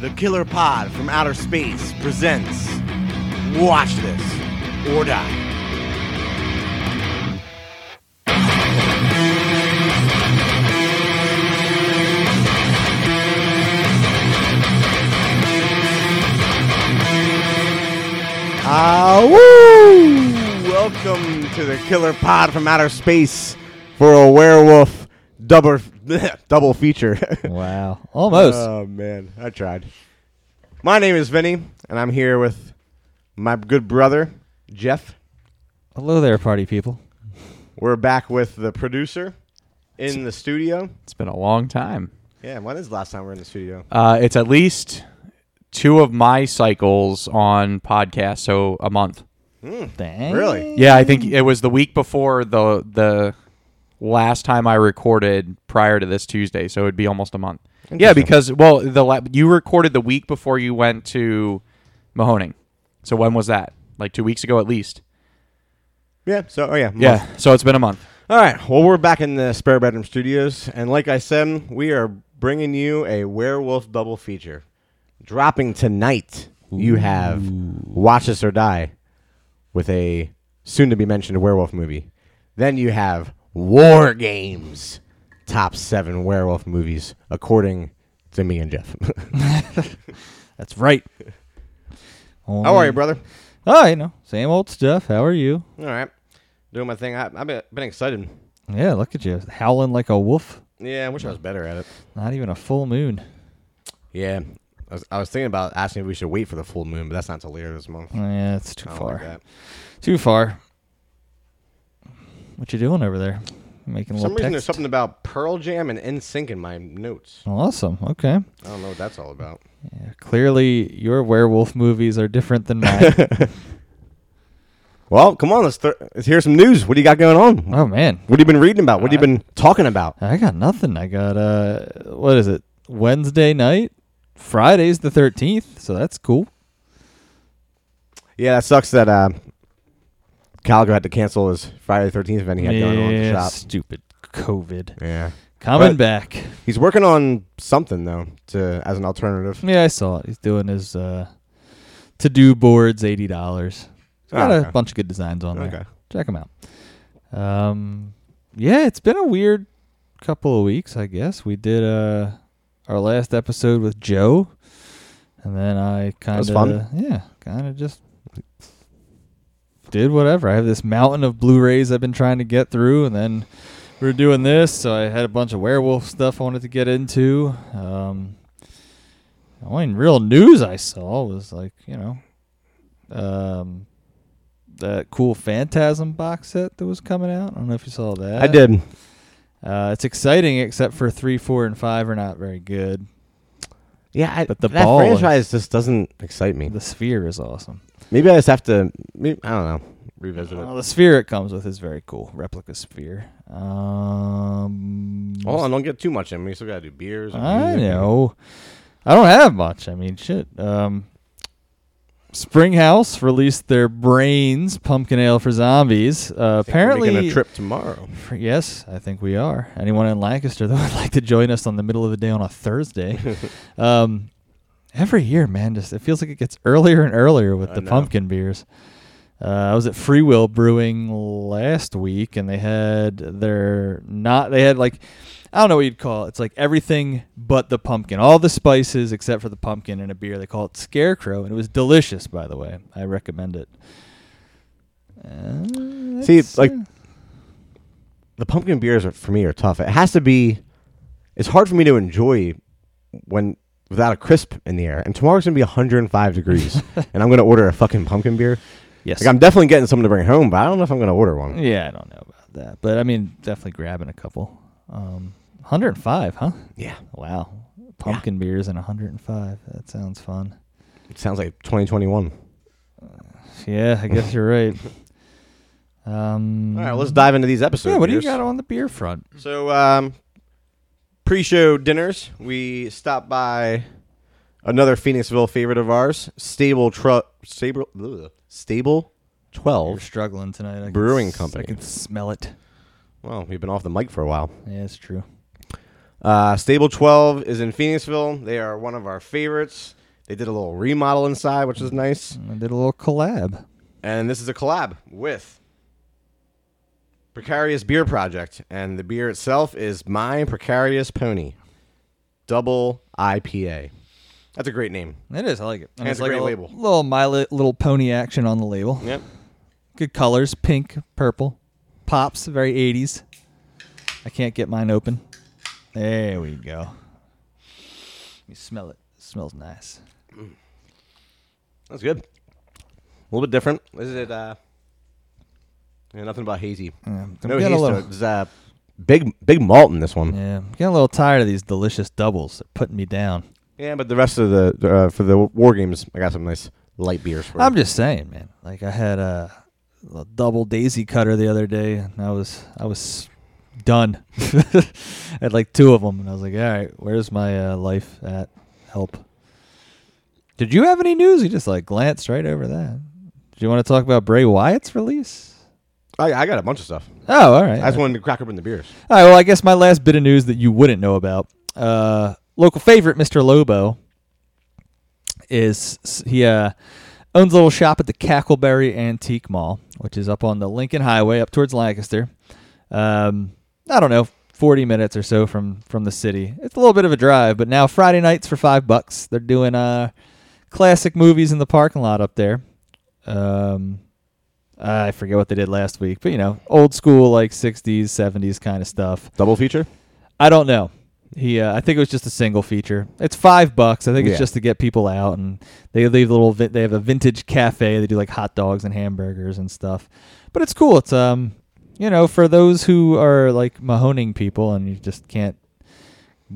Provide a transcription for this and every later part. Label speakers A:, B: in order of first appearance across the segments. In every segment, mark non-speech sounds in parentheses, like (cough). A: The Killer Pod from Outer Space presents Watch This or Die. Ah, woo! Welcome to the Killer Pod from Outer Space for a werewolf double (laughs) double feature. (laughs)
B: Wow. Almost.
A: Oh man, I tried. My name is Vinny, and I'm here with my good brother Jeff.
B: Hello there, party people.
A: We're back with the producer in the studio.
C: It's been a long time.
A: Yeah, when is the last time we were in the studio?
C: Uh, it's at least two of my cycles on podcast, so a month.
B: Dang.
A: Really?
C: Yeah, I think it was the week before the the last time I recorded prior to this Tuesday, so it'd be almost a month. Yeah, because well, the la- you recorded the week before you went to Mahoning. So when was that? Like two weeks ago, at least.
A: Yeah. So, oh yeah.
C: Yeah. So it's been a month.
A: All right. Well, we're back in the spare bedroom studios, and like I said, we are bringing you a werewolf double feature. Dropping tonight, you have Watch Us or Die with a soon to be mentioned werewolf movie. Then you have War Games, top seven werewolf movies, according to me and Jeff. (laughs)
B: That's right.
A: How are you, brother?
B: Oh, you know, same old stuff. How are you?
A: All right. Doing my thing. I, I've been, been excited.
B: Yeah, look at you. Howling like a wolf.
A: Yeah, I wish I was better at it.
B: Not even a full moon.
A: Yeah. I was, I was thinking about asking if we should wait for the full moon, but that's not till later this month.
B: Yeah, it's too
A: I don't
B: far.
A: like that.
B: too far. What you doing over there?
A: For
B: Making
A: some
B: a little
A: reason, there's
B: text.
A: something about Pearl Jam and NSYNC in my notes.
B: Awesome. Okay.
A: I don't know what that's all about.
B: Yeah, clearly, your werewolf movies are different than mine.
A: (laughs) Well, come on, let's, th- let's hear some news. What do you got going on?
B: oh man,
A: What have you been reading about? What have you been talking about?
B: I got nothing. I got uh, what is it? Wednesday night. Friday's the thirteenth, so that's cool.
A: Yeah, that sucks that uh, Calgo had to cancel his Friday the 13th event he had going on at the
B: Yeah,
A: shop.
B: Stupid COVID
A: Yeah.
B: coming
A: But-
B: back.
A: He's working on something, though, to as an alternative.
B: Yeah, I saw it. He's doing his uh, to do boards, eighty dollars.
A: Oh,
B: Got
A: okay.
B: a bunch of good designs on
A: Okay.
B: there. Check them out. Um, yeah, it's been a weird couple of weeks, I guess. We did uh our last episode with Joe, and then I kind
A: was
B: of
A: fun.
B: yeah, kind of just did whatever. I have this mountain of Blu-rays I've been trying to get through, and then we were doing this, so I had a bunch of werewolf stuff I wanted to get into. Um, the only real news I saw was like you know, um, that cool Phantasm box set that was coming out. I don't know if you saw that.
A: I did.
B: Uh, it's exciting, except for three, four, and five are not very good.
A: Yeah, I,
B: But the
A: that
B: ball is-
A: franchise just doesn't excite me.
B: The sphere is awesome.
A: Maybe I just have to. Maybe, I don't know. Revisit it.
B: Well, the sphere it comes with is very cool. Replica sphere. Um,
A: Hold on, don't get too much in. We still gotta do beers. and
B: I
A: music and-
B: know. I don't have much. I mean, shit. Um, Springhouse released their Brains pumpkin ale for zombies. Uh,
A: I think we're
B: apparently,
A: making a trip tomorrow.
B: For- yes, I think we are. Anyone in Lancaster that (laughs) would like to join us on the middle of the day on
A: (laughs)
B: a Thursday. um, every year, man, just it feels like it gets earlier and earlier with
A: I
B: the
A: know.
B: pumpkin beers. Uh, I was at Free Will Brewing last week, and they had their not they had like I don't know what you'd call it. It's like everything but the pumpkin, all the spices except for the pumpkin in a beer. They call it Scarecrow, and it was delicious. By the way, I recommend it. Uh,
A: See,
B: it's,
A: like
B: uh,
A: the pumpkin beers are, for me are tough. It has to be. It's hard for me to enjoy when without a crisp in the air. And tomorrow's gonna be 105 (laughs) degrees, and I'm gonna order a fucking pumpkin beer.
B: yes,
A: Like I'm definitely getting something to bring home, but I don't know if I'm gonna order one.
B: Yeah, I don't know about that, but I mean, definitely grabbing a couple. Um, 105, huh?
A: Yeah,
B: Wow, pumpkin beers and 105. That sounds fun.
A: it sounds like 2021.
B: Yeah, I guess
A: (laughs)
B: you're right. Um,
A: All right, let's dive into these episodes.
B: yeah, what do you
A: beers.
B: got on the beer front?
A: So, um, pre-show dinners, we stopped by another Phoenixville favorite of ours, Stable Tru- Stable ugh, Stable
B: We're
A: Twelve.
B: struggling tonight. I can
A: Oh. Brewing
B: s-
A: Company.
B: I can smell it.
A: Well, we've been off the mic for a while.
B: Yeah, it's true.
A: Uh, Stable 12 is in Phoenixville. They are one of our favorites. They did a little remodel inside, which is nice.
B: I did a little collab.
A: And this is a collab with Precarious Beer Project. And the beer itself is My Precarious Pony Double IPA. That's a great name.
B: It is. I like it. And
A: That's
B: it's
A: a
B: like
A: great
B: li-
A: label.
B: Little my Li- little pony action on the label.
A: Yep.
B: Good colors: pink, purple, pops. Very '80s. I can't get mine open. There we go. You smell it. smells nice.
A: That's good. A little bit different. This Is it? Uh, Mm. yeah, nothing about hazy.
B: I'm
A: no haze
B: getting a
A: to
B: little.
A: it. It's, uh, big, big malt in this one. Yeah,
B: Yeah, I'm getting a little tired of these delicious doubles. They're putting me down.
A: but the rest of the the, uh, for the war games, I got some nice light beers for.
B: I'm
A: you.
B: just saying, man. Like I had a, a double daisy cutter the other day, and I was I was done. (laughs) I had like two of them, and I was like, all right, where's my uh, life at? Help. Did you have any news? You just like glanced right over that. Do you want to talk about Bray Wyatt's release?
A: I, I got a bunch of stuff.
B: Oh, all right.
A: I just wanted to crack open the beers.
B: All right. Well, I guess my last bit of news that you wouldn't know about, uh, local favorite Mr. Lobo, is s- he uh, owns a little shop at the Cackleberry Antique Mall, which is up on the Lincoln Highway, up towards Lancaster. Um, I don't know, forty minutes or so from from the city. It's a little bit of a drive, but now Friday nights for five bucks, they're doing uh, classic movies in the parking lot up there. Um, I forget what they did last week, but you know, old school like '60s, '70s kind of stuff.
A: Double feature.
B: I don't know. He, uh, I think it was just a single feature. It's five bucks. I think
A: Yeah.
B: it's just to get people out, and they leave little. vi- They have a vintage cafe. They do like hot dogs and hamburgers and stuff. But it's cool. It's um, you know, for those who are like Mahoning people, and you just can't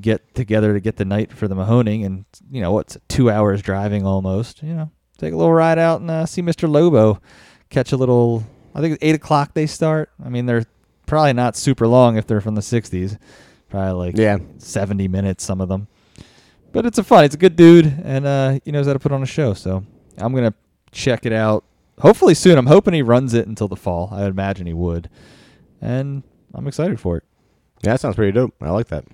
B: get together to get the night for the Mahoning, and you know what's two hours driving almost. You know, take a little ride out and uh, see Mr. Lobo, catch a little. I think it's eight o'clock they start. I mean, they're probably not super long if they're from the '60s. Probably like
A: Yeah.
B: 70 minutes, some of them. But it's a fun. It's a good dude, and uh, he knows how to put on a show. So I'm gonna check it out. Hopefully soon. I'm hoping he runs it until the fall. I would imagine he would, and I'm excited for it.
A: Yeah, that sounds pretty dope. I like that.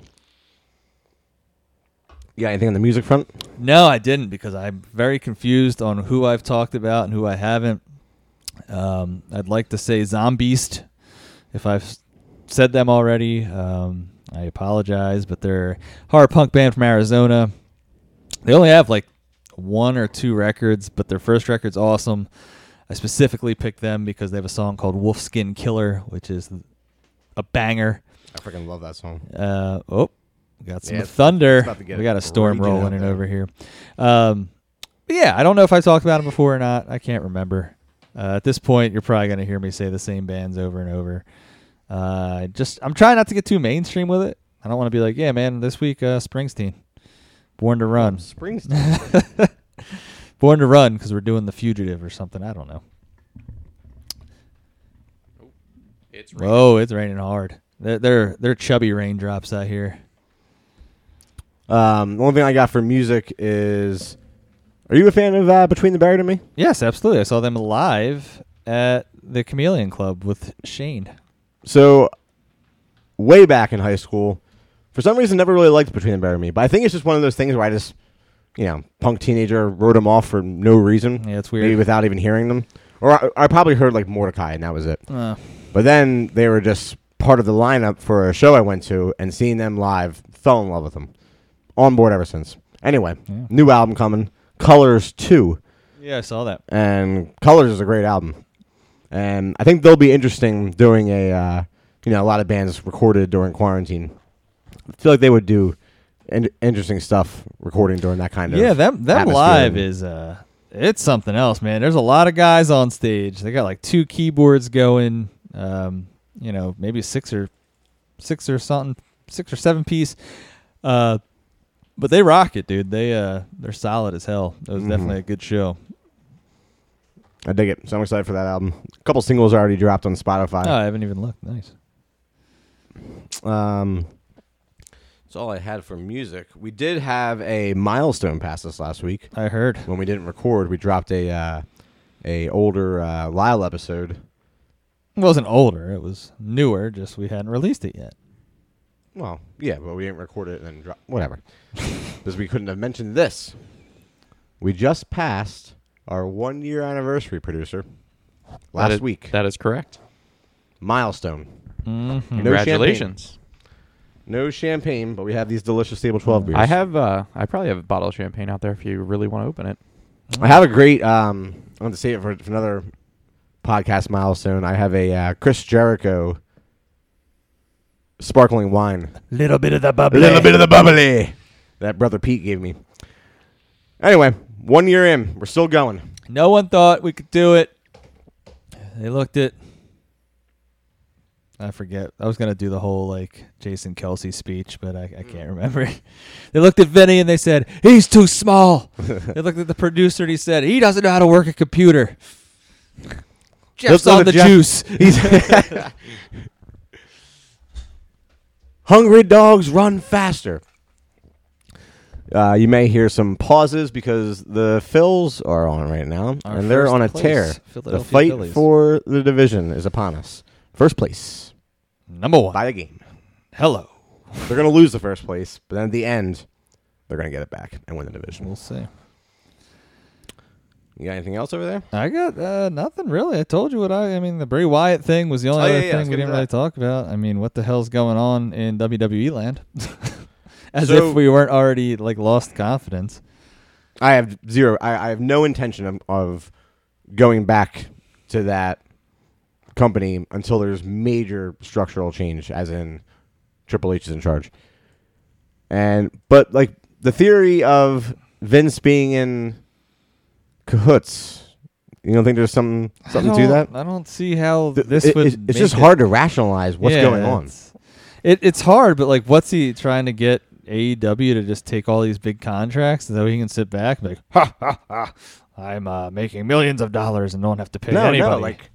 A: You got anything on the music front?
B: No, I didn't because I'm very confused on who I've talked about and who I haven't. Um, I'd like to say Zombiest. If I've s- said them already, um, I apologize, but they're a hard punk band from Arizona. They only have like one or two records, but their first record's awesome. I specifically picked them because they have a song called Wolfskin Killer, which is a banger.
A: I freaking love that song.
B: Uh, oh, we got some
A: Yeah, it's-
B: thunder.
A: it's about to get
B: We got a storm
A: raging out
B: rolling in
A: there.
B: over here. Um, but yeah, I don't know if I talked about them before or not. I can't remember. Uh, at this point, you're probably gonna hear me say the same bands over and over. Uh, just I'm trying not to get too mainstream with it. I don't want to be like, yeah, man, this week uh, Springsteen, Born to Run,
A: Springsteen.
B: (laughs) Born to Run, because we're doing The Fugitive or something. I don't know.
C: It's
B: Whoa, Oh, it's raining hard. They're they're, they're chubby raindrops out here.
A: (laughs) um, the only thing I got for music is. Are you a fan of uh, Between the Buried and Me?
B: Yes, absolutely. I saw them live at the Chameleon Club with Shane.
A: So, way back in high school, for some reason, never really liked Between the Bear and Me. But I think it's just one of those things where I just, you know, punk teenager wrote them off for no reason.
B: Yeah, it's weird.
A: Maybe without even hearing them, or I, I probably heard like Mordecai and that was it.
B: Uh,
A: But then they were just part of the lineup for a show I went to, and seeing them live, fell in love with them. On board ever since. Anyway,
B: Yeah.
A: new album coming, Colors Two
B: yeah, I saw that.
A: and Colors is a great album, and I think they'll be interesting doing a uh, you know a lot of bands recorded during quarantine. I feel like they would do in- interesting stuff recording during that kind of
B: Yeah, them them
A: atmosphere
B: live
A: and-
B: is uh, it's something else, man. There's a lot of guys on stage. They got like two keyboards going. Um, you know, maybe six or six or something, six or seven piece. Uh, but they rock it, dude. They uh, they're solid as hell. It was
A: Mhm.
B: definitely a good show.
A: I dig it. So I'm excited for that album. A couple singles already dropped on
B: Oh,
A: Spotify.
B: I haven't even looked. Nice.
A: Um, that's all I had for music. We did have a milestone pass this last week.
B: I heard.
A: when we didn't record, we dropped a uh, a older uh, Lyle episode.
B: It wasn't older. It was newer. Just we hadn't released it yet.
A: Well, yeah, but we didn't record it and then drop. Whatever. (laughs) Because we couldn't have mentioned this. We just passed our one year anniversary, producer. Last
C: That is-
A: week.
C: That is correct.
A: Milestone.
B: Mhm.
A: No champagne.
C: Congratulations.
A: No champagne, but we have these delicious Stable 12 beers.
C: I have. Uh, I probably have a bottle of champagne out there if you really want to open it.
A: I have a great. Um, I want to save it for, for another podcast milestone. I have a uh, Chris Jericho sparkling wine.
B: Little bit of the bubbly.
A: bit of the bubbly that brother Pete gave me. Anyway, one year in, we're still going.
B: No one thought we could do it. They looked it. I forget. I was gonna do the whole like Jason Kelsey speech, but I, I can't remember. (laughs) they looked at Vinny and they said, "He's too small." (laughs) they looked at the producer and he said, "He doesn't know how to work a computer."
A: Let's
B: Jeff's
A: look
B: on
A: at
B: the
A: Jeff.
B: juice.
A: He's (laughs) Hungry dogs run faster. Uh, you may hear some pauses because the Phils are on right now,
B: Our
A: and they're
B: first
A: on a
B: place,
A: tear. The
B: Philadelphia
A: fight
B: Phillies.
A: for the division is upon us. First place
B: Number one.
A: by a game.
B: Hello.
A: They're going to lose the first place, but then at the end, they're going to get it back and win the division.
B: We'll see.
A: You got anything else over there?
B: I got uh, nothing really. I told you what I. I mean, the Bray Wyatt thing was the only
A: Oh, yeah,
B: other
A: yeah, let's
B: thing
A: get
B: we didn't
A: into
B: really
A: that.
B: talk about. I mean, what the hell's going on in WWE land? (laughs) As
A: So-
B: if we weren't already like lost confidence.
A: I have zero. I, I have no intention of, of going back to that company until there's major structural change, as in Triple H is in charge. And but like the theory of Vince being in cahoots, you don't think there's some something
B: I
A: to
B: don't-
A: that?
B: I don't see how
A: Th-
B: this
A: it-
B: would.
A: it's, it's
B: make
A: just
B: it-
A: hard to rationalize what's
B: Yeah,
A: going on.
B: It's, it, it's hard, but like, what's he trying to get AEW to just take all these big contracts so he can sit back and be like, (laughs) ha ha ha, I'm uh, making millions of dollars and don't have to pay
A: no,
B: anybody.
A: no, like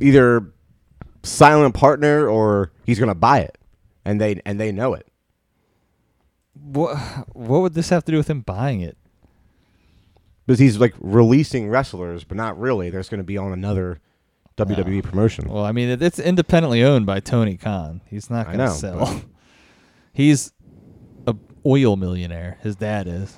A: either silent partner or he's gonna buy it, and they and they know it.
B: what, what would this have to do with him buying it?
A: because he's like releasing wrestlers, but not really. There's going to be on another WWE promotion.
B: Well, I mean, it, it's independently owned by Tony Khan. He's not
A: I
B: going to
A: know,
B: sell. (laughs) He's a oil millionaire. His dad is.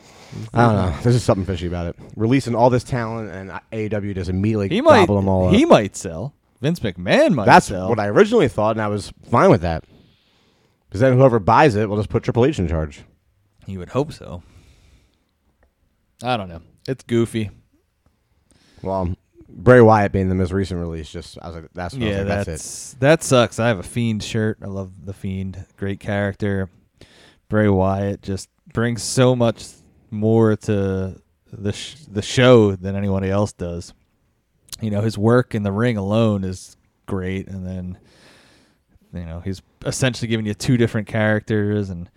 A: I don't know. There's just something fishy about it. Releasing all this talent and AEW just immediately
B: He might.
A: gobble them all
B: He
A: up.
B: might sell. Vince McMahon might
A: That's
B: sell.
A: what I originally thought, and I was fine with that. Because then whoever buys it will just put Triple H in charge.
B: you would hope so. I don't know. It's goofy.
A: Well, Bray Wyatt being the most recent release, just I was like, that's what I was
B: yeah,
A: like,
B: that's,
A: that's, it.
B: that sucks. I have a fiend shirt. I love the fiend. Great character. Bray Wyatt just brings so much more to the sh- the show than anybody else does. You know, his work in the ring alone is great, and then you know he's essentially giving you two different characters and. I-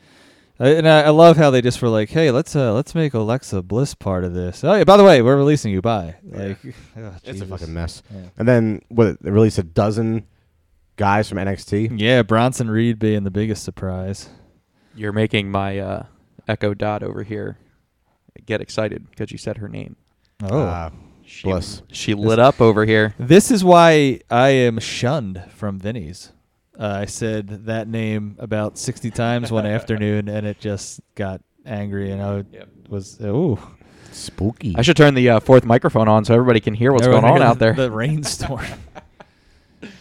B: And I, I love how they just were like, "Hey, let's uh, let's make Alexa Bliss part of this." Oh, yeah, by the way, we're releasing you. Bye. Like, (laughs) oh,
A: It's a
B: Jesus.
A: fucking mess.
B: Yeah.
A: And then what? They released a dozen guys from NXT.
B: Yeah, Bronson Reed being the biggest surprise.
C: You're making my uh, Echo Dot over here get excited because you said her name.
B: Oh.
A: Uh,
C: She,
A: Bliss.
C: She lit up over here.
B: this is why I am shunned from Vinny's. Uh, I said that name about 60 times
C: (laughs)
B: one afternoon, and it just got angry, and I would-
C: Yep.
B: was, ooh.
A: spooky.
C: I should turn the uh, fourth microphone on so everybody can hear what's
B: Everyone
C: going on
B: heard
C: out there.
B: The rainstorm. (laughs)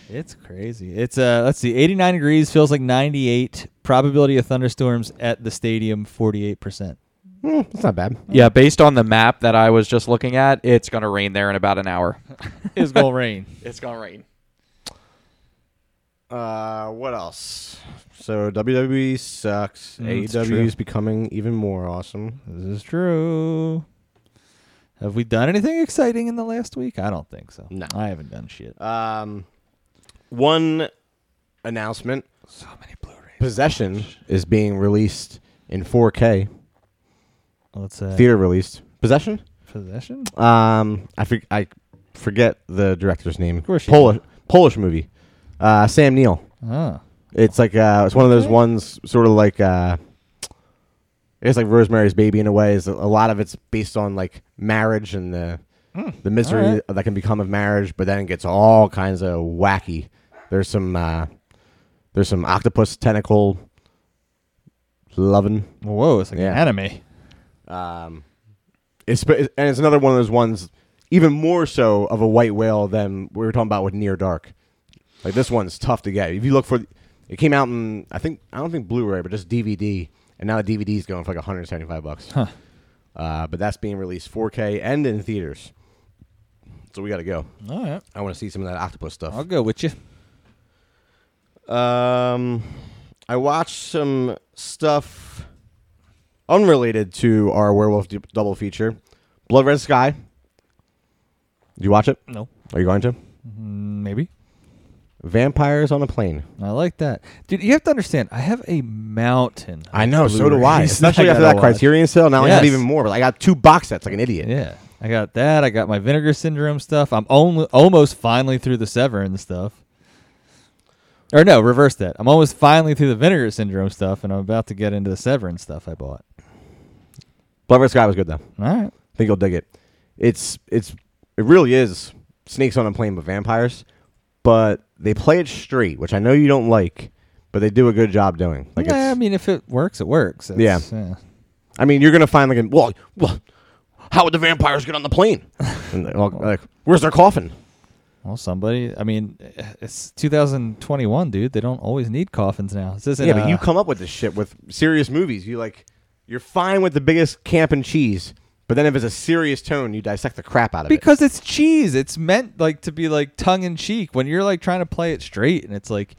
B: it's crazy. It's, uh, let's see, 89 degrees, feels like 98. Probability of thunderstorms at the stadium, 48%.
A: Hmm, that's not bad.
C: yeah, based on the map that I was just looking at, it's gonna rain there in about an hour.
B: It's going to rain.
C: (laughs) It's gonna rain.
A: Uh, what else? So WWE sucks.
B: Mm, it's
A: AEW
B: true.
A: is becoming even more awesome.
B: This is true. Have we done anything exciting in the last week? I don't think so.
A: No.
B: I haven't done shit.
A: Um, one announcement:
B: So many Blu-rays.
A: Possession is being released in 4K
B: Let's say
A: theater released. Possession.
B: possession.
A: Um, I for- I forget the director's name. Of
B: course you
A: Polish Polish movie. Uh, Sam Neill.
B: Oh,
A: It's like uh, it's one of those
B: Okay.
A: ones, sort of like uh, it's like Rosemary's Baby in a way. Is a lot of it's based on like marriage and the the misery
B: alright.
A: that can become of marriage, but then it gets all kinds of wacky. There's some uh, There's some octopus tentacle loving.
B: Whoa, it's like
A: Yeah.
B: an anime.
A: Um, it's and it's another one of those ones, even more so of a white whale than we were talking about with Near Dark. Like this one's tough to get. If you look for, it came out in I think I don't think Blu-ray, but just DVD, and now the DVD's going for like 175 bucks. Uh, but that's being released 4K and in theaters. So we got to go.
B: All right,
A: I want to see some of that octopus stuff.
B: I'll go with you.
A: Um, I watched some stuff unrelated to our werewolf d- double feature, Blood Red Sky. Did you watch it?
B: No,
A: Are you going to?
B: Mm, maybe.
A: Vampires on a plane.
B: I like that, dude. You have to understand. I have a mountain. of (laughs)
A: (laughs)
B: Blu-rays
A: Especially after
B: gotta
A: that
B: watch.
A: Criterion sale. Now I have
B: Yes.
A: even more. But I got two box sets like an idiot.
B: Yeah, I got that. I got my vinegar syndrome stuff. I'm only almost finally through the Severin stuff. Or no, reverse that. I'm almost finally through the vinegar syndrome stuff, and I'm about to get into the Severin stuff I bought.
A: Blood Red Sky was good though. I
B: All right.
A: think you'll dig it. It's it's it really is snakes on a plane with vampires, but they play it straight, which I know you don't like, but they do a good job doing. Like
B: yeah, I
A: it's,
B: mean, if it works, it works. It's- yeah.
A: I mean, you're gonna find like, a, well, well, how would the vampires get on the (laughs) plane? And they're all like, where's their coffin?
B: Well, somebody. I mean, it's 2021, dude. They don't always need coffins now. This isn't.
A: yeah, but
B: uh,
A: you come up with this shit with serious movies. You like, you're fine with the biggest camp and cheese, but then if it's a serious tone, you dissect the crap out of it.
B: because it's cheese. It's meant like to be like tongue in cheek. When you're like trying to play it straight, and it's like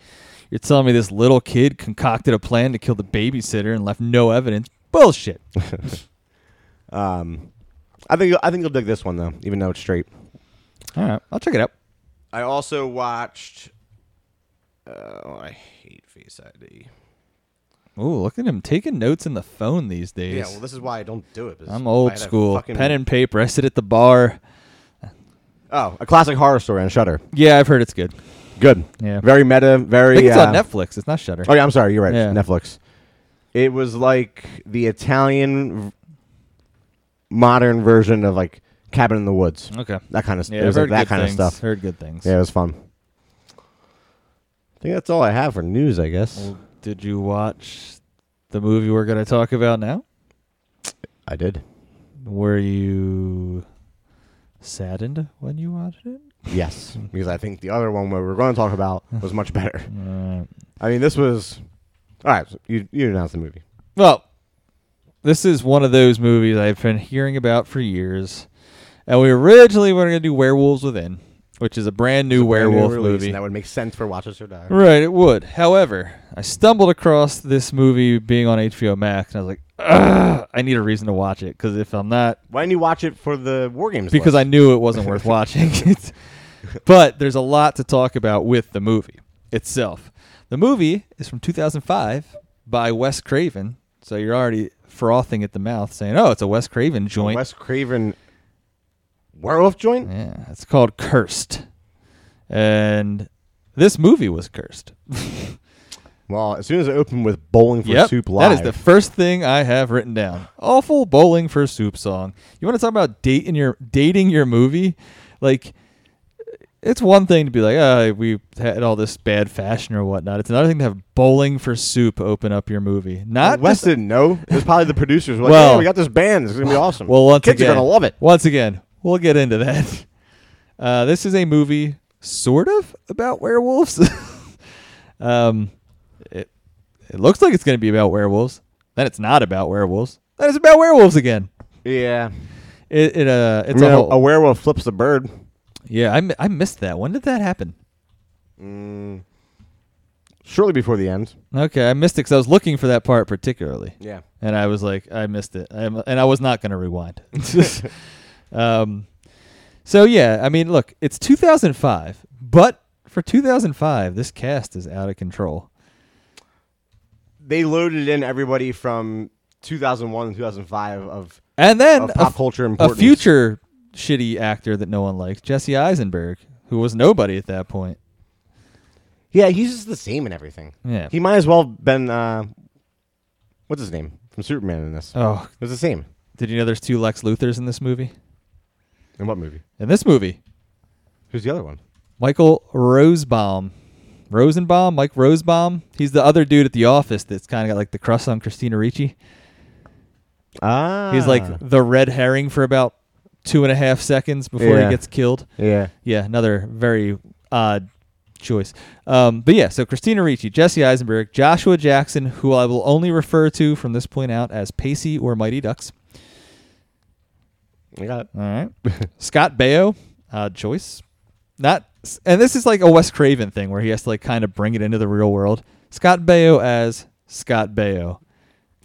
B: you're telling me this little kid concocted a plan to kill the babysitter and left no evidence.
A: (laughs)
B: Bullshit.
A: Um, I think you'll- I think you'll dig this one though, even though it's straight.
B: All right, I'll check it out.
A: I also watched. Oh, I hate Face ID.
B: Ooh, look at him taking notes in the phone these days.
A: Yeah, well, this is why I don't do it. is
B: I'm
A: if I
B: old
A: had a
B: school.
A: fucking-
B: Pen and paper. I sit at the bar.
A: oh, a classic horror story on Shutter.
B: Yeah, I've heard it's good.
A: Good.
B: Yeah.
A: Very meta. Very.
B: I think it's on
A: uh,
B: Netflix. It's not Shutter.
A: Oh yeah, I'm sorry. You're right.
B: Yeah.
A: Netflix. It was like the Italian v- modern version of like Cabin in the Woods.
B: Okay.
A: That kind of Oh.
B: Yeah,
A: it
B: I've
A: was like
B: heard
A: that
B: good
A: kind
B: things.
A: of stuff.
B: Heard good things.
A: Yeah, it was fun. I think that's all I have for news. I guess
B: Well, did you watch the movie we're going to talk about now?
A: I did.
B: Were you saddened when you watched it? (laughs)
A: Yes, because I think the other one we were going to talk about was much better.
B: Uh,
A: I mean, this was all right. so you you announced the movie.
B: well, this is one of those movies I've been hearing about for years, and we originally were going to do Werewolves Within, which is a brand new werewolf
A: Release,
B: movie.
A: and that would make sense for Watchers or Die.
B: Right, it would. However, I stumbled across this movie being on HBO Max, and I was like, Ugh, I need a reason to watch it because if I'm not
A: Why didn't you watch it for the War Games?
B: because
A: list?
B: I knew it wasn't worth (laughs) watching. It's- but there's a lot to talk about with the movie itself. The movie is from 2005 by Wes Craven, so you're already frothing at the mouth saying, "Oh, it's a Wes Craven joint."
A: Wes Craven werewolf joint.
B: yeah, it's called Cursed, and this movie was cursed.
A: Well, as soon as it opened with Bowling for
B: Yep,
A: Soup Live,
B: that is the first thing I have written down. Awful bowling for soup song. You want to talk about dating your dating your movie? Like, it's one thing to be like, oh, we had all this bad fashion or whatnot. It's another thing to have bowling for soup open up your movie. Not
A: Wes
B: just
A: didn't know. It was probably the producers. Were like,
B: Well-
A: hey, we got this band. It's gonna be awesome.
B: Well, once
A: kids
B: again,
A: are gonna love it.
B: Once again, we'll get into that. (laughs) Uh, this is a movie sort of about werewolves. (laughs) um, it it looks like it's going to be about werewolves. Then it's not about werewolves. Then it's about werewolves again.
A: Yeah,
B: It, it uh, it's
A: you
B: a
A: know,
B: whole.
A: a werewolf flips the bird.
B: yeah, I, m- I missed that. When did that happen?
A: Mm, shortly before the end.
B: Okay, I missed it because I was looking for that part particularly.
A: Yeah.
B: and I was like, I missed it, I, am- and I was not going
A: (laughs)
B: to rewind. (laughs) um, so yeah, I mean, look, it's 2005, but for 2005, this cast is out of control.
A: They loaded in everybody from 2001 and 2005 of,
B: And then
A: of
B: a,
A: pop
B: f-
A: culture
B: a
A: importance.
B: future shitty actor that no one likes, Jesse Eisenberg, who was nobody at that point.
A: Yeah, he's just the same in everything.
B: Yeah.
A: He might as well have been. Uh, what's his name from Superman in this?
B: oh,
A: It was the same.
B: did you know there's two Lex Luthers in this movie?
A: In what movie?
B: In this movie,
A: Who's the other one?
B: Michael Rosebaum Rosenbaum, Mike Rosebaum. He's the other dude at the office that's kind of got like the crust on Christina Ricci.
A: Ah,
B: He's like the red herring for about two and a half seconds before
A: Yeah.
B: he gets killed.
A: yeah,
B: Yeah, another very odd choice. Um, but yeah, so Christina Ricci, Jesse Eisenberg, Joshua Jackson, who I will only refer to from this point out as Pacey or Mighty Ducks.
A: I got it.
B: All right. Scott Baio, odd choice. Not, and this is like a Wes Craven thing where he has to like kind of bring it into the real world. Scott Baio as Scott Baio.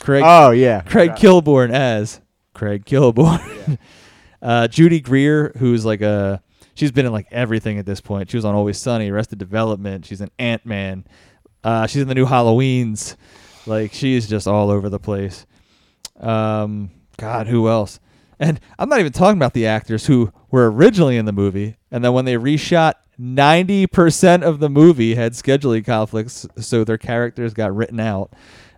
B: Craig
A: Oh yeah,
B: (laughs) Craig
A: Forgot.
B: Kilborn as Craig Kilborn. (laughs) uh, Judy Greer, who's like a she's been in like everything at this point. She was on Always Sunny, Arrested Development. She's an Ant Man. Uh, she's in the new Halloweens. Like she's just all over the place. Um, God, who else? And I'm not even talking about the actors who were originally in the movie, and then when they reshot, 90% of the movie had scheduling conflicts, so their characters got written out.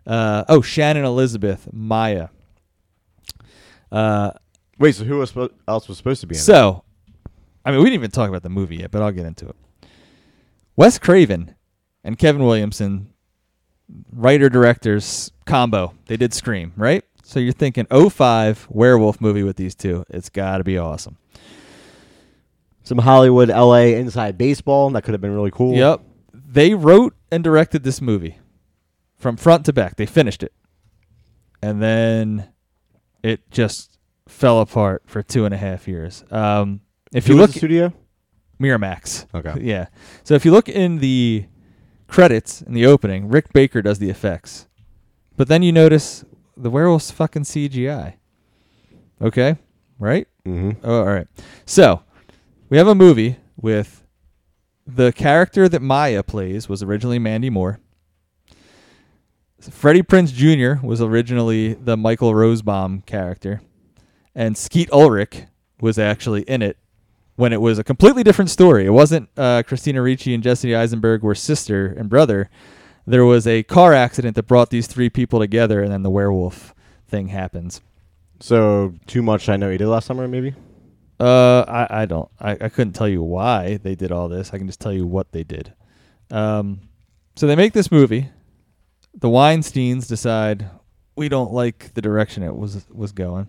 B: Uh, oh, Shannon Elizabeth Maya. Uh,
A: Wait, so who was spo- else was supposed to be in it?
B: so, I mean, we didn't even talk about the movie yet, but I'll get into it. Wes Craven and Kevin Williamson, writer directors combo. They did Scream, right? So you're thinking 05 werewolf movie with these two. It's got to be awesome.
A: Some Hollywood, L.A. inside baseball that could have been really cool.
B: Yep. They wrote and directed this movie from front to back. They finished it. And then it just fell apart for two and a half years. Um, if
A: Who
B: you
A: was
B: look
A: the studio,
B: Miramax.
A: Okay.
B: (laughs) Yeah. So if you look in the credits in the opening, Rick Baker does the effects. But then you notice the werewolf's fucking CGI. Okay? Right?
A: mm-hmm.
B: Oh, all right. So we have a movie with the character that Maya plays was originally Mandy Moore. Freddie Prince Jr. was originally the Michael Rosebaum character, and Skeet Ulrich was actually in it when it was a completely different story. It wasn't uh, Christina Ricci and Jesse Eisenberg were sister and brother. There was a car accident that brought these three people together, and then the werewolf thing happens.
A: So too much I know you did last summer, maybe.
B: Uh, I, I don't. I, I couldn't tell you why they did all this. I can just tell you what they did. Um, so they make this movie. The Weinsteins decide we don't like the direction it was was going,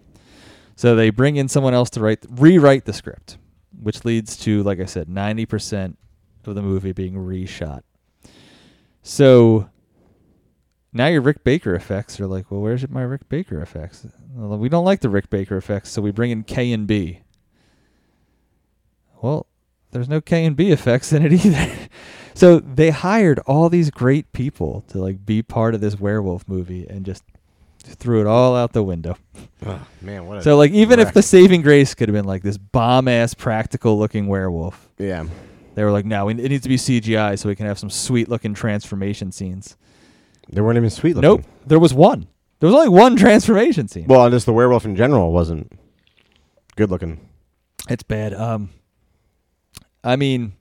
B: so they bring in someone else to write rewrite the script, which leads to, like I said, ninety percent of the movie being reshot. So now your Rick Baker effects are like, well, where's my Rick Baker effects? Well, we don't like the Rick Baker effects, so we bring in K and B. Well, there's no K and B effects in it either. (laughs) so they hired all these great people to like be part of this werewolf movie and just threw it all out the window.
A: man, what? A
B: So like even if
A: wreck.
B: the saving grace could have been like this bomb ass practical looking werewolf,
A: yeah,
B: they were like, no, we- it needs to be CGI so we can have some sweet looking transformation scenes.
A: they weren't even sweet.
B: Nope,
A: looking.
B: there was one. There was only one transformation scene.
A: Well, just the werewolf in general wasn't good looking.
B: It's bad. Um, I mean,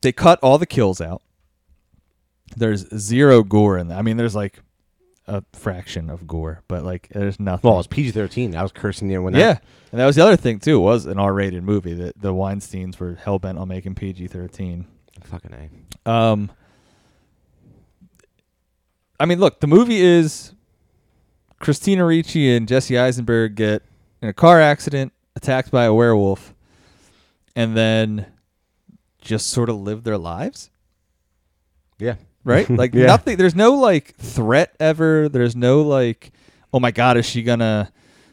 B: they cut all the kills out. There's zero gore in. The, I mean, there's like a fraction of gore, but like there's nothing.
A: Well, it was PG thirteen. I was cursing you when
B: yeah, and that was the other thing too. Was an R-rated movie that the Weinstein's were hell bent on making PG-13.
A: that. Fucking a.
B: Um, I mean, look, the movie is Christina Ricci and Jesse Eisenberg get in a car accident, attacked by a werewolf, and then just sort of live their lives,
A: Yeah. (laughs)
B: right? Like
A: Yeah.
B: nothing. There's no like threat ever. There's no like, oh my god, is she gonna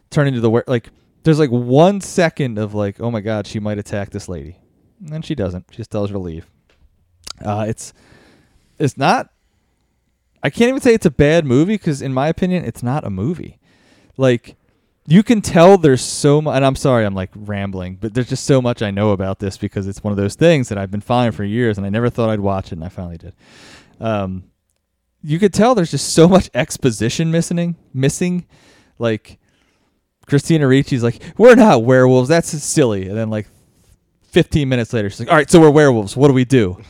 B: turn into the were? Like, there's like one second of like, oh my god, she might attack this lady, and then she doesn't. She just tells her to leave. Uh, it's it's not. I can't even say it's a bad movie because, in my opinion, it's not a movie. Like you can tell there's so much, and I'm sorry I'm like rambling, but there's just so much I know about this because it's one of those things that I've been following for years, and I never thought I'd watch it, and I finally did. Um, you could tell there's just so much exposition missing, missing, like. Christina Ricci's like, we're not werewolves. That's silly. And then like 15 minutes later, she's like, all right, so we're werewolves. What do we do?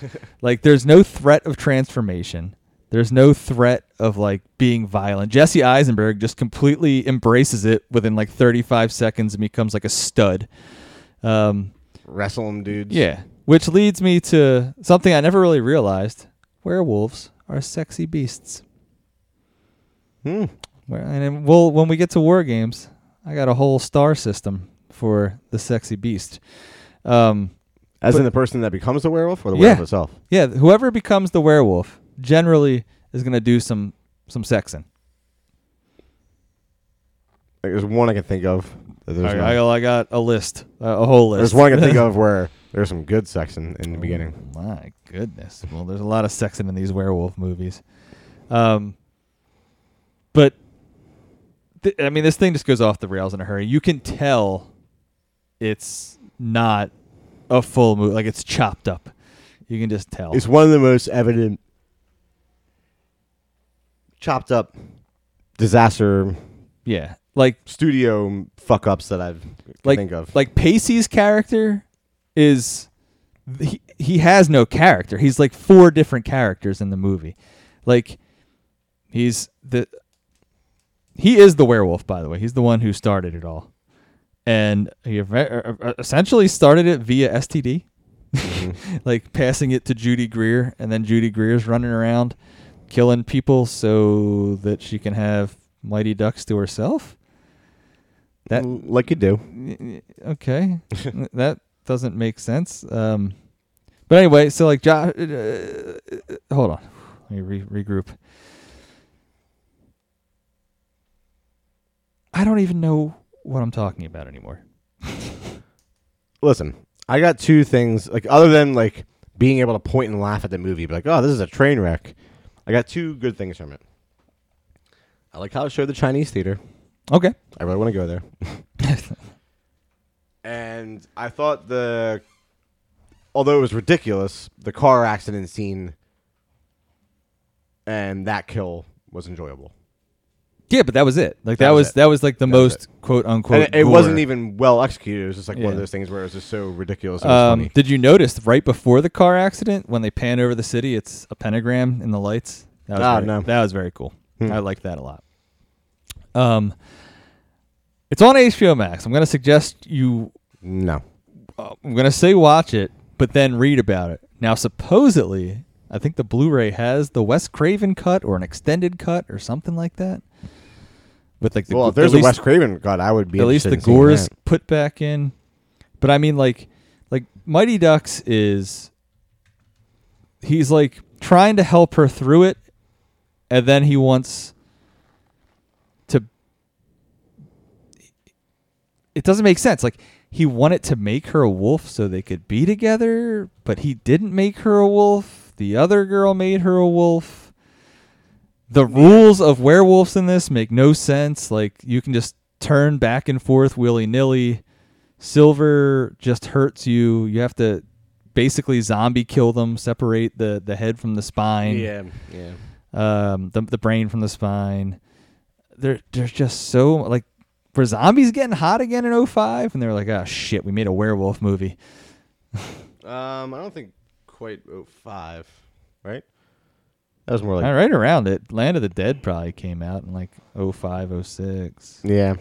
B: like, there's no threat of transformation. There's no threat of like being violent. Jesse Eisenberg just completely embraces it within like 35 seconds and becomes like a stud. Um,
A: Wrestling dudes.
B: yeah. Which leads me to something I never really realized. werewolves are sexy beasts.
A: Hmm.
B: Where- And then we'll, when we get to war games, I got a whole star system for the sexy beast. Um,
A: As
B: But-
A: in the person that becomes the werewolf or the
B: Yeah.
A: werewolf itself?
B: yeah, whoever becomes the werewolf generally is gonna do some some sexing.
A: Like, there's one I can think of. that There's,
B: I,
A: not.
B: I, I got a list, uh, a whole list.
A: there's one I can
B: (laughs)
A: think of where there's some good sex in, in the beginning.
B: Oh, My goodness. Well, there's a lot of sexing in these werewolf movies. Um, but th- I mean, this thing just goes off the rails in a hurry. You can tell it's not a full movie; like it's chopped up. You can just tell.
A: It's one of the most evident chopped up disaster
B: yeah, like
A: studio fuck ups that I've
B: like
A: think of.
B: like Pacey's character is he, he has no character. He's like four different characters in the movie. Like he's the he is the werewolf by the way. He's the one who started it all. And he ev- er- er- essentially started it via STD. (laughs) like passing it to Judy Greer and then Judy Greer's running around killing people so that she can have Mighty Ducks to herself. that-
A: L- like you do. (laughs)
B: okay that doesn't make sense um but anyway so like josh uh, uh, hold on let me re- regroup i don't even know what i'm talking about anymore
A: Listen, I got two things like other than like being able to point and laugh at the movie, but like, oh, this is a train wreck. I got two good things from it. I like how it showed the Chinese theater.
B: okay
A: I really want to go there. (laughs) and I thought the, although it was ridiculous, the car accident scene and that kill was enjoyable.
B: yeah but that was it like that,
A: That
B: was,
A: was it.
B: that was like the
A: That was
B: most quote unquote
A: And it, it wasn't
B: gore.
A: even well executed. It was just like one of
B: Yeah.
A: those things where it was just so ridiculous. It was
B: um,
A: funny.
B: did you notice right before the car accident when they pan over the city it's a pentagram in the lights that was
A: Ah,
B: very,
A: no.
B: that was very cool
A: Hmm.
B: i liked that a lot um it's on hbo max i'm gonna suggest you
A: No.
B: uh, i'm gonna say watch it but then read about it now supposedly i think the blu-ray has the wes craven cut or an extended cut or something like that with like the
A: well,
B: gl-
A: if there's
B: at
A: a
B: least-
A: Wes Craven, God, I would be
B: at least the
A: interested in seeing
B: gore is
A: that.
B: put back in. But I mean, like, like Mighty Ducks is he's like trying to help her through it, and then he wants to. It doesn't make sense. Like he wanted to make her a wolf so they could be together, but he didn't make her a wolf. The other girl made her a wolf. The rules of werewolves in this make no sense. Like you can just turn back and forth willy nilly. Silver just hurts you. You have to basically zombie kill them, separate the the head from the spine
A: Yeah, yeah.
B: um, the, the brain from the spine. There, there's just so like for zombies getting hot again in 05 and they're like, oh shit, we made a werewolf movie.
A: Um, I don't think quite oh, 05, right? That was more like
B: All right around it, Land of the Dead probably came out in like 05, 06.
A: yeah.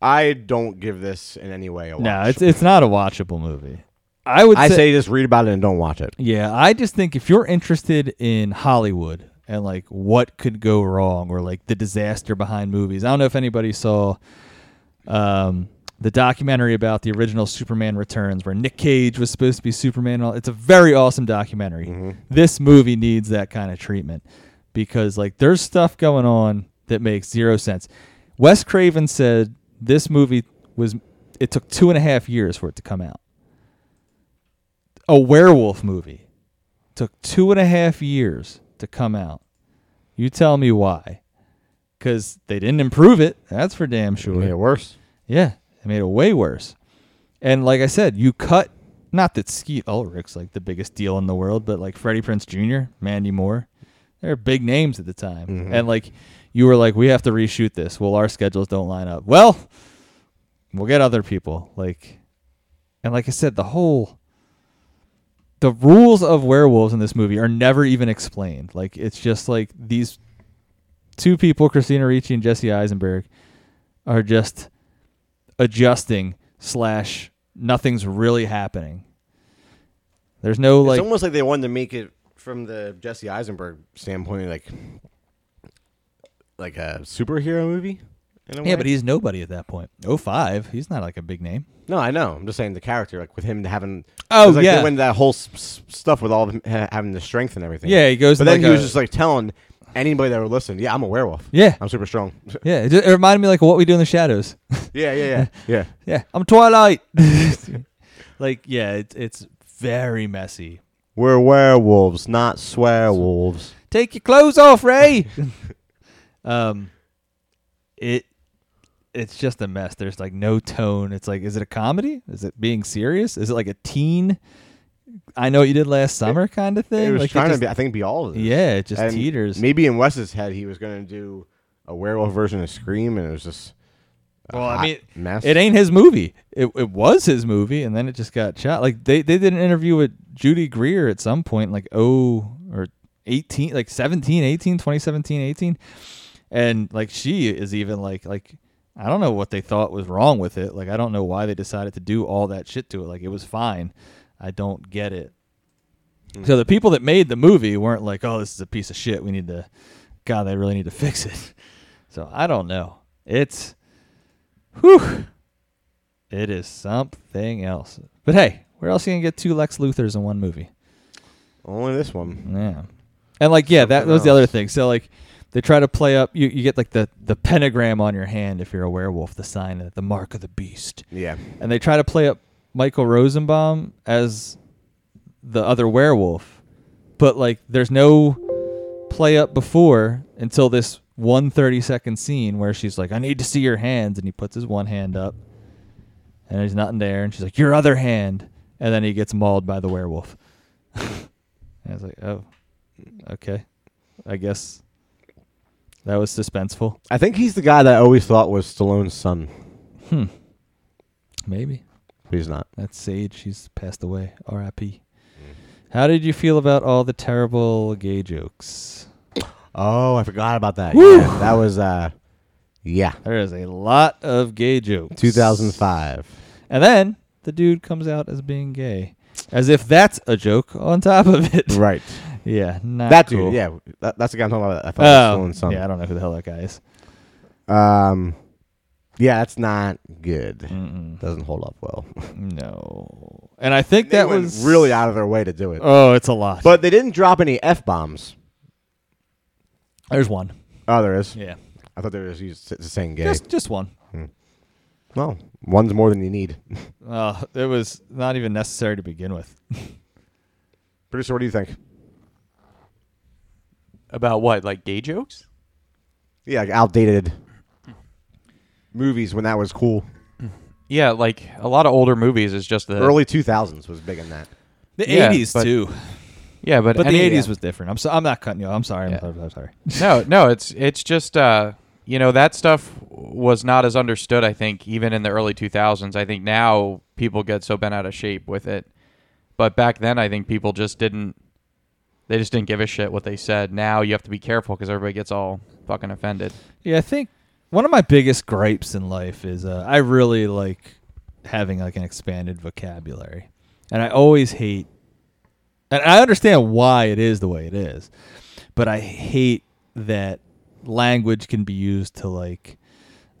A: I don't give this in any way a watch.
B: No, it's it's not a watchable movie. I would
A: I
B: say,
A: say just read about it and don't watch it.
B: yeah. I just think if you're interested in Hollywood and like what could go wrong or like the disaster behind movies, I don't know if anybody saw um, the documentary about the original Superman Returns, where Nick Cage was supposed to be Superman. and all- It's a very awesome documentary. This movie needs that kind of treatment because, like, there's stuff going on that makes zero sense. Wes Craven said this movie was. It took two and a half years for it to come out. A werewolf movie took two and a half years to come out. You tell me why. Because they didn't improve it. That's for damn sure.
A: Yeah, worse.
B: Yeah, it made it way worse. And like I said, you cut not that Skeet Ulrich's like the biggest deal in the world, but like Freddie Prince Jr., Mandy Moore, they're big names at the time. And like you were like, we have to reshoot this. Well, our schedules don't line up. Well, we'll get other people. Like, and like I said, the whole the rules of werewolves in this movie are never even explained. Like it's just like these two people, Christina Ricci and Jesse Eisenberg, are just adjusting slash nothing's really happening. There's no like
A: it's almost like they wanted to make it from the Jesse Eisenberg standpoint, like like a superhero movie. In a
B: Yeah,
A: way?
B: but he's nobody at that point. Oh five, he's not like a big name.
A: no, I know. I'm just saying the character, like with him having.
B: Oh,
A: 'cause, like,
B: yeah.
A: when that whole s- s- stuff with all of him ha- having the strength and everything.
B: Yeah, he goes
A: But
B: to,
A: then
B: like,
A: he was
B: a-
A: just like telling anybody that would listen, "Yeah, I'm a werewolf.
B: Yeah.
A: I'm super
B: (laughs)
A: strong. (laughs)
B: Yeah, it, ju- it reminded me like what we do in the shadows.
A: yeah, yeah, yeah,
B: (laughs)
A: yeah.
B: yeah, I'm Twilight. (laughs) like yeah, it's it's very messy.
A: We're werewolves, not swear wolves.
B: Take your clothes off, (laughs) Ray. um, it it's just a mess. There's like no tone. It's like, is it a comedy? Is it being serious? Is it like a teen? I know what you did last summer, kind of thing.
A: It was
B: Like,
A: trying
B: just-
A: to be, I think, be all of this.
B: Yeah, it just
A: And
B: teeters.
A: Maybe in Wes's head, he was going to do a werewolf version of Scream, and it was just. a
B: Well, I
A: hot
B: mean,
A: mess.
B: it ain't his movie. It, it was his movie, and then it just got shot. Like they, they did an interview with Judy Greer at some point, like oh or 18, like 17, 18, 2017, 18. and like she is even like like I don't know what they thought was wrong with it. Like I don't know why they decided to do all that shit to it. Like it was fine. I don't get it.
A: Hmm.
B: So the people that made the movie weren't like, "Oh, this is a piece of shit. We need to God, they really need to fix it." (laughs) So I don't know. It's whew. It is something else. But hey, where else you gonna get two Lex Luthers in one movie?
A: Only this one.
B: Yeah. And like yeah, that
A: Something
B: was the other
A: else.
B: thing. So like they try to play up you, you get like the, the pentagram on your hand if you're a werewolf, the sign of the mark of the beast.
A: Yeah.
B: And they try to play up Michael Rosenbaum as the other werewolf. But like there's no play up before until this one 30 second scene where she's like, I need to see your hands and he puts his one hand up and there's nothing there and she's like, Your other hand and then he gets mauled by the werewolf. (laughs) And I was like, oh, okay. I guess that was suspenseful.
A: I think he's the guy that I always thought was Stallone's son.
B: Maybe.
A: But he's not.
B: That's Sage. She's passed away. R.I.P.
A: Mm.
B: How did you feel about all the terrible gay jokes?
A: Oh, I forgot about that.
B: Woo!
A: Yeah, that was, uh, yeah,
B: There is a lot of gay jokes.
A: 2005.
B: And then the dude comes out as being gay. As if that's a joke on top of it.
A: right.
B: (laughs) Yeah. Not
A: That
B: cool.
A: dude, yeah. That, that's the guy I'm talking about. I thought was
B: Oh,
A: Stallone's son.
B: yeah, I don't know who the hell that guy is.
A: Um, yeah, that's not good.
B: Mm-mm.
A: Doesn't hold up well.
B: No. And I think
A: They
B: that
A: went
B: was
A: really out of their way to do it.
B: Oh, it's a lot.
A: but they didn't drop any f bombs.
B: there's one.
A: Oh, there is.
B: Yeah.
A: I thought they were just used to saying gay.
B: Just just one.
A: well, one's more than you need. (laughs)
B: Uh, it was not even necessary to begin with.
A: Producer, what do you think?
C: About what? Like gay jokes?
A: Yeah, like outdated movies when that was cool.
C: Yeah, like a lot of older movies is just the
B: Uh,
A: Early 2000s was big in that.
B: The
C: Yeah,
B: 80s
C: but-
B: too.
C: Yeah, but,
B: But
C: any-
B: the 80s
C: yeah.
B: was different. I'm so, I'm not cutting you. off. I'm sorry.
C: Yeah.
B: I'm, sorry, I'm sorry.
C: no, no, it's it's just uh, you know that stuff was not as understood. I think even in the early two thousands, I think now people get so bent out of shape with it, but back then I think people just didn't. They just didn't give a shit what they said. Now you have to be careful because everybody gets all fucking offended.
B: Yeah, I think one of my biggest gripes in life is uh, I really like having like an expanded vocabulary, and I always hate. And I understand why it is the way it is, but I hate that language can be used to like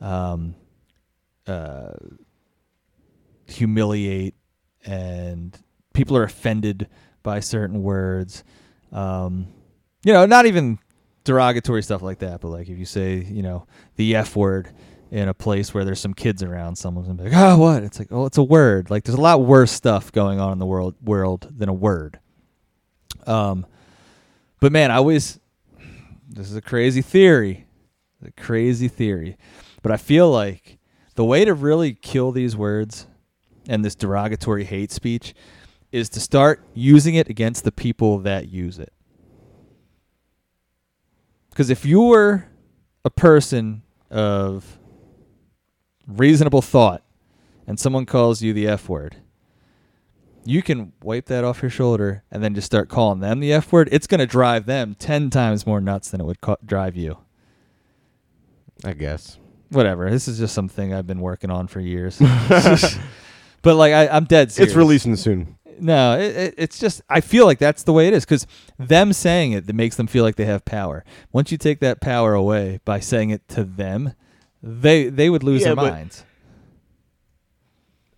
B: um, uh, humiliate, and people are offended by certain words. Um, you know, not even derogatory stuff like that, but like if you say, you know, the F word in a place where there's some kids around, someone's gonna be like, oh, what? It's like, oh, it's a word. Like there's a lot worse stuff going on in the world world than a word. Um, but man, I always this is a crazy theory, a crazy theory, but I feel like the way to really kill these words and this derogatory hate speech is to start using it against the people that use it. Because if you're a person of reasonable thought and someone calls you the F word, you can wipe that off your shoulder and then just start calling them the F word. It's going to drive them 10 times more nuts than it would co- drive you.
A: I guess.
B: Whatever. This is just something I've been working on for years. (laughs) but like, I, I'm dead serious.
A: It's releasing soon.
B: No, it, it, it's just I feel like that's the way it is because them saying it that makes them feel like they have power. Once you take that power away by saying it to them, they they would lose
A: Yeah,
B: their
A: but-
B: minds.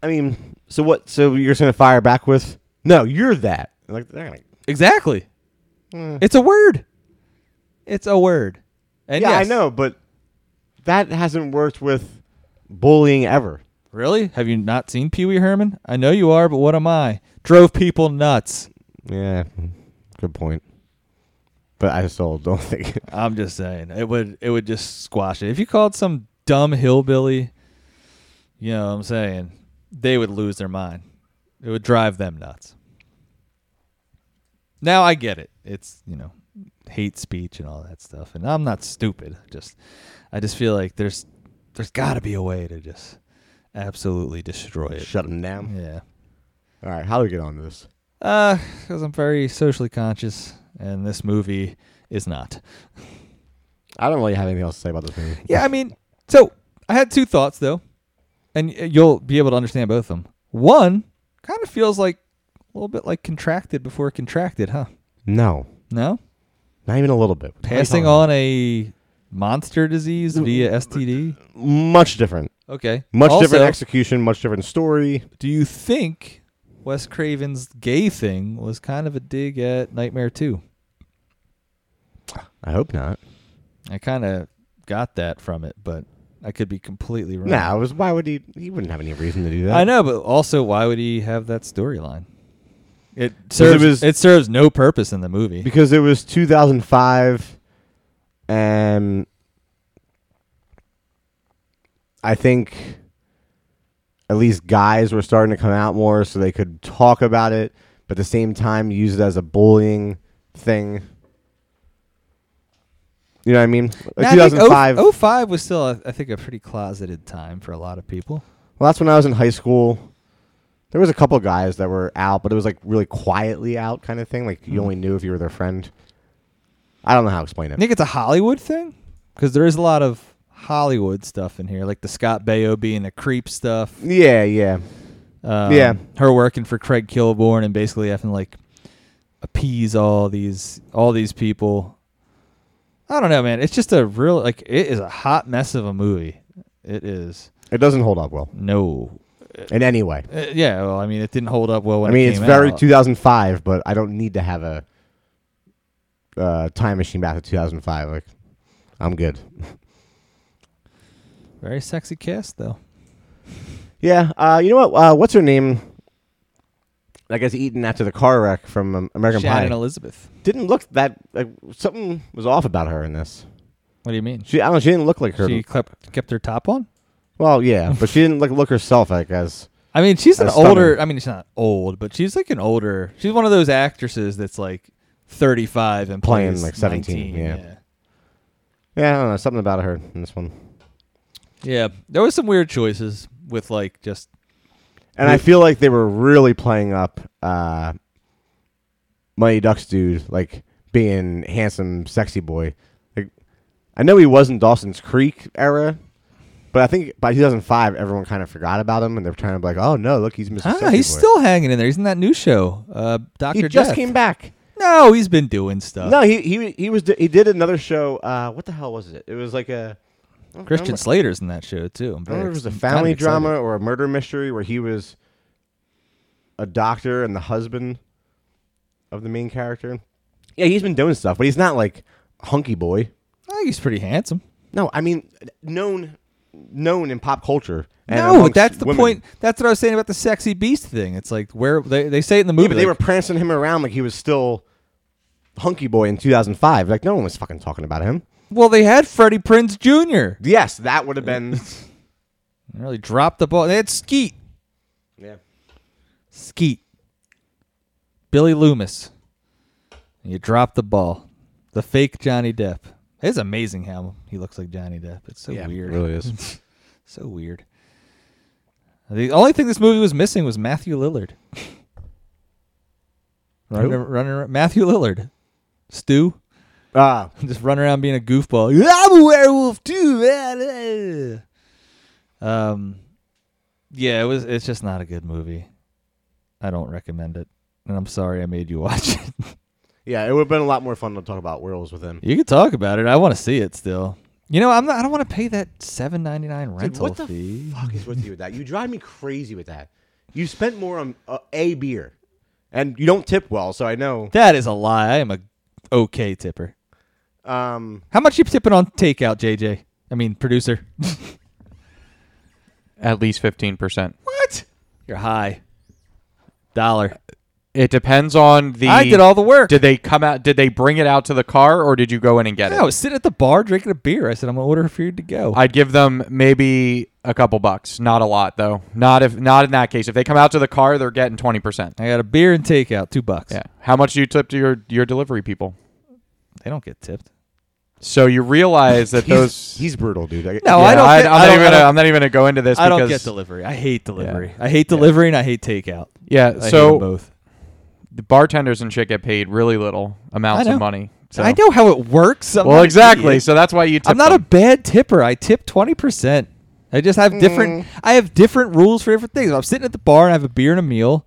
A: I mean, so what? So you're just gonna fire back with, "No, you're that." Like, they're gonna-
B: Exactly.
A: Hmm.
B: It's a word. It's a word. And
A: yeah, I
B: yes.
A: know, but that hasn't worked with bullying ever.
B: Really? Have you not seen Pee Wee Herman? I know you are, but what am I? Drove people nuts.
A: Yeah, good point. But I still (laughs) don't think.
B: I'm just saying it would it would just squash it. If you called some dumb hillbilly, you know what I'm saying, they would lose their mind. It would drive them nuts. Now I get it. It's you know hate speech and all that stuff, and I'm not stupid. Just I just feel like there's there's got to be a way to just absolutely destroy it.
A: Shut them down.
B: Yeah.
A: All right, how do we get on to this?
B: Uh, because I'm very socially conscious, and this movie is not.
A: I don't really have anything else to say about this movie.
B: Yeah, I mean, so I had two thoughts though, and y- you'll be able to understand both of them. One kind of feels like a little bit like contracted before it contracted, huh?
A: No,
B: No,
A: not even a little bit. What are you
B: passing
A: talking
B: on a monster disease via STD.
A: about? much different,
B: Okay,
A: much
B: Also,
A: different execution, much different story.
B: do you think Wes Craven's gay thing was kind of a dig at Nightmare Two?
A: I hope not.
B: I kind of got that from it, but I could be completely wrong.
A: No, it was why would he? He wouldn't have any reason to do that.
B: I know, but also, why would he have that storyline? It
A: it
B: serves it,
A: was-
B: serves no purpose in the movie.
A: because it was 2005 and i think at least guys were starting to come out more so they could talk about it but at the same time use it as a bullying thing you know what i mean Like,
B: Now, I think
A: 2005
B: oh- 05 was still, a, I think, a pretty closeted time for a lot of people.
A: well that's when i was in high school there was a couple guys that were out but it was like really quietly out kind of thing like
B: Hmm.
A: you only knew if you were their friend i don't know how to explain it
B: I think it's a Hollywood thing because there is a lot of Hollywood stuff in here, like the Scott Baio being a creep stuff.
A: yeah yeah
B: Um,
A: Yeah.
B: her working for Craig Kilborn and basically having like appease all these all these people. I don't know, man. It's just a real like it is a hot mess of a movie. It is
A: It doesn't hold up well
B: no,
A: in any way.
B: Uh, yeah. Well, I mean, it didn't hold up well when
A: I mean,
B: it
A: it's
B: came
A: very
B: out.
A: 2005, but I don't need to have a uh, time machine back to 2005. Like, I'm good.
B: very sexy cast though.
A: Yeah. Uh, you know what? Uh, what's her name? I guess eaten after the car wreck from um, American
B: Shannon
A: Pie.
B: Elizabeth.
A: didn't look that like something was off about her in this.
B: What do you mean?
A: She I don't know. She didn't look like her.
B: She kept kept her top on.
A: well, yeah, but she didn't like look herself. I guess.
B: I mean, she's an
A: That's
B: older.
A: stunning.
B: I mean, she's not old, but she's like an older. She's one of those actresses that's like thirty-five and
A: Playing,
B: plays
A: like, 17,
B: 19,
A: yeah.
B: yeah.
A: Yeah, I don't know. Something about her in this one.
B: Yeah, there was some weird choices with like just
A: And I feel like they were really playing up uh Mighty Ducks dude, like being handsome, sexy boy. Like I know he was in Dawson's Creek era, but I think by 2005 everyone kind of forgot about him and they're trying to be like, "Oh no, look, he's Mr.
B: ah,
A: Sexy
B: he's
A: Boy."
B: still hanging in there. He's in that new show, uh, Doctor. Uh.
A: He just came back.
B: No, he's been doing stuff.
A: No, he he he was he did another show uh what the hell was it? It was like a I don't
B: Christian
A: remember.
B: Slater's in that show too. I'm
A: I don't
B: very
A: know if it was a
B: ex- kind of
A: family
B: excited.
A: drama or a murder mystery where he was a doctor and the husband of the main character. Yeah, he's been doing stuff, but he's not like hunky boy.
B: I think Oh, he's pretty handsome.
A: No, I mean known known in pop culture. And
B: no,
A: amongst
B: that's the
A: women.
B: point. That's what I was saying about the sexy beast thing. It's like where they, they say it in the movie.
A: Yeah, but they were
B: like,
A: prancing him around like he was still hunky boy in 2005. Like no one was fucking talking about him.
B: well, they had Freddie Prinz Jr. They
A: Yes, that would have been (laughs)
B: really dropped the ball. They had Skeet,
A: yeah.
B: Skeet, Billy Loomis. You dropped the ball. The fake Johnny Depp. It's amazing how he looks like Johnny Depp. It's so
A: yeah,
B: weird.
A: really is.
B: (laughs) So weird. The only thing this movie was missing was Matthew Lillard. running, running around, Matthew Lillard. Stu
A: Ah,
B: (laughs) just running around being a goofball. (laughs) I'm a werewolf too, man. Um, yeah, it was. It's just not a good movie. I don't recommend it. And I'm sorry I made you watch (laughs) it.
A: Yeah, it would have been a lot more fun to talk about werewolves with him.
B: you can talk about it. I want to see it still. You know, I'm not, I don't want to pay that seven ninety nine
A: Dude,
B: rental
A: what the
B: fee.
A: fuck is with you with that? You drive me crazy with that. You spent more on uh, a beer, and you don't tip well, so I know.
B: that is a lie. I am a okay tipper.
A: Um,
B: How much you tipping on takeout, JJ? I mean, producer. (laughs)
C: At least fifteen percent.
B: What? You're high. Dollar.
C: It depends on the.
B: I did all the work.
C: Did they come out? Did they bring it out to the car, or did you go in and get
B: Yeah, I
C: it?
B: was sitting at the bar drinking a beer. I said, I'm gonna order for you to go.
C: I'd give them maybe a couple bucks. Not a lot though. Not if not in that case. If they come out to the car, they're getting twenty percent.
B: I got a beer and takeout, two bucks.
C: Yeah. How much do you tip to your your delivery people?
B: They don't get tipped.
C: So you
B: (laughs)
C: realize that
A: he's,
C: those.
A: he's brutal, dude. I,
B: No, Oh, I don't
C: I,
B: get-
C: am
B: I don't-
C: not even.
B: I
C: Gonna,
B: don't-
C: I'm not even gonna go into this.
B: I
C: because,
B: don't get delivery. I hate delivery. I hate delivery and I hate takeout.
C: Yeah.
B: I hate 'em
C: so
B: both.
C: the bartenders and shit get paid really little amounts
B: I know.
C: of money. So.
B: I know how it works. I'm not
C: Well,
B: an
C: exactly.
B: idiot.
C: So that's why you. Tip
B: I'm not a
C: them.
B: bad tipper. I tip twenty percent. I just have different. I have different rules for different things. If I'm sitting at the bar and I have a beer and a meal.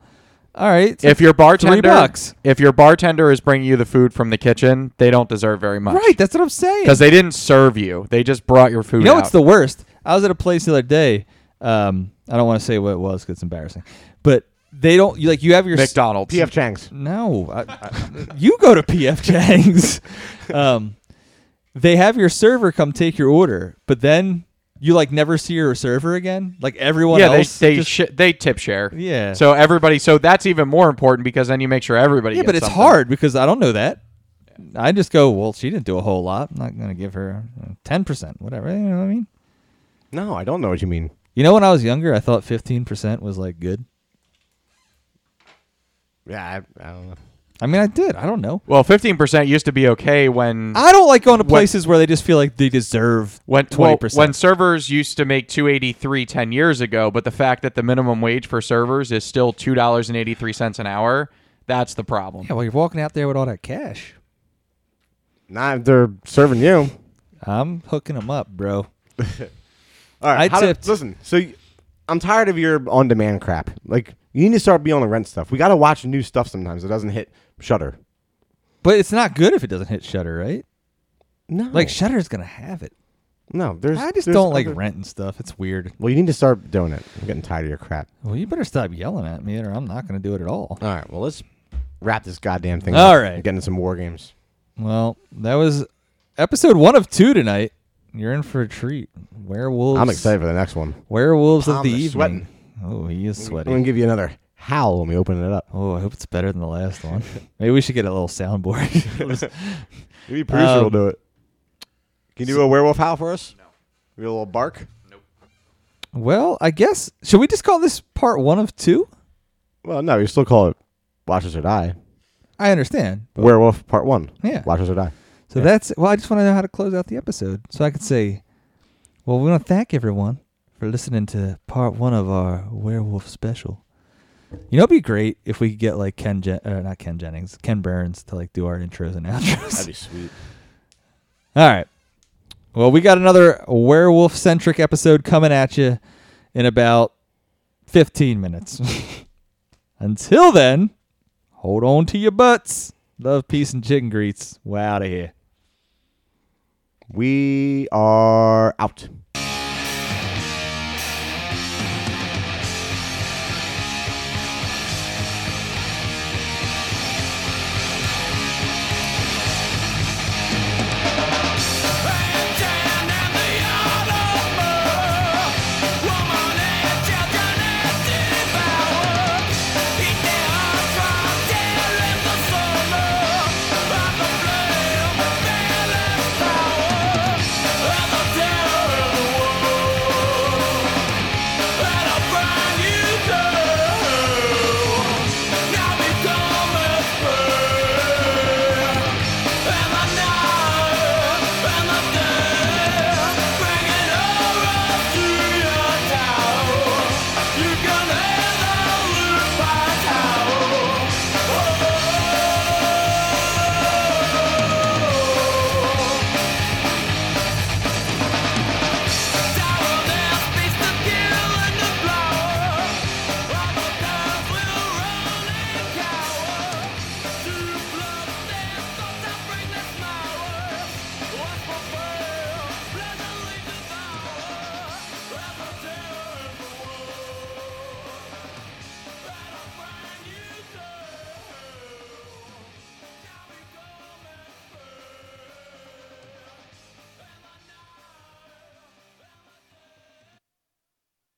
B: All right.
C: If your bartender,
B: bucks.
C: if your bartender is bringing you the food from the kitchen, they don't deserve very much,
B: right, that's what I'm saying.
C: Because they didn't serve you; they just brought your food.
B: You know
C: out.
B: what's the worst? I was at a place the other day. Um, I don't want to say what it was because it's embarrassing. But they don't you, like you have your s-
C: McDonald's.
A: PF Chang's.
B: No, I, I- you go to PF
C: (laughs)
B: Chang's. um, they have your server come take your order, but then you like never see your server again. Like everyone
C: yeah, they
B: else,
C: they,
B: just-
C: sh- they tip share.
B: Yeah.
C: So everybody, so that's even more important because then you make sure everybody.
B: yeah, but
C: gets
B: it's
C: something.
B: hard because I don't know that. I just go, well, she didn't do a whole lot. I'm not gonna give her ten percent, whatever. You know what I mean?
A: No, I don't know what you mean.
B: You know, when I was younger, I thought fifteen percent was like good.
A: Yeah, I, I don't know.
B: I mean, I did. I don't know.
C: Well, fifteen percent used to be okay when
B: I don't like going to
C: When-
B: places where they just feel like they deserve
C: when
B: twenty
C: well, when
B: percent.
C: servers used to make two eighty three ten years ago, but the fact that the minimum wage for servers is still two dollars and eighty three cents an hour, that's the problem.
B: yeah, well, you're walking out there with all that cash.
A: Not if they're serving you.
B: I'm hooking them up,
A: All
B: bro. I
A: right, how do-
B: tipped.
A: listen, so y- I'm tired of your on-demand crap. Like you need to start being on the rent stuff. We got to watch new stuff sometimes. It doesn't hit Shutter.
B: But it's not good if it doesn't hit Shutter, right?
A: No,
B: Like Shutter's gonna have it.
A: no. There's
B: I just
A: there's
B: don't like
A: other-
B: rent and stuff. It's weird.
A: Well, you need to start doing it. I'm getting tired of your crap.
B: Well, you better stop yelling at me, or I'm not gonna do it at all.
A: All right, well let's wrap this goddamn thing.
B: All
A: up.
B: right.
A: get into some war games.
B: Well, that was episode one of two tonight. You're in for a treat. Werewolves.
A: I'm excited for the next one.
B: Werewolves of
A: Tom
B: the
A: is
B: evening.
A: sweating. Mm-hmm.
B: Oh, he is
A: I'm gonna
B: sweaty.
A: give you another howl when we open it up.
B: Oh, I hope it's better than the last one. Maybe we should get a little soundboard. (laughs)
A: Maybe producer
B: Um,
A: will do it. Can you do a werewolf howl for us? No. Maybe a little bark.
B: well, I guess should we just call this part one of two?
A: Well, no, you still call it "Watch Us or Die."
B: I understand. but-
A: Werewolf Part One.
B: Yeah.
A: Watch Us or Die.
B: So that's well. I just want to know how to close out the episode, so I could say, "Well, we want to thank everyone for listening to part one of our werewolf special." You know, it'd be great if we could get like Ken, Jen- uh, not Ken Jennings, Ken Burns to like do our intros and outros.
A: be sweet.
B: All right. Well, we got another werewolf centric episode coming at you in about 15 minutes. (laughs) Until then, hold on to your butts. Love, peace, and chicken greets. We're out of here.
A: We are out.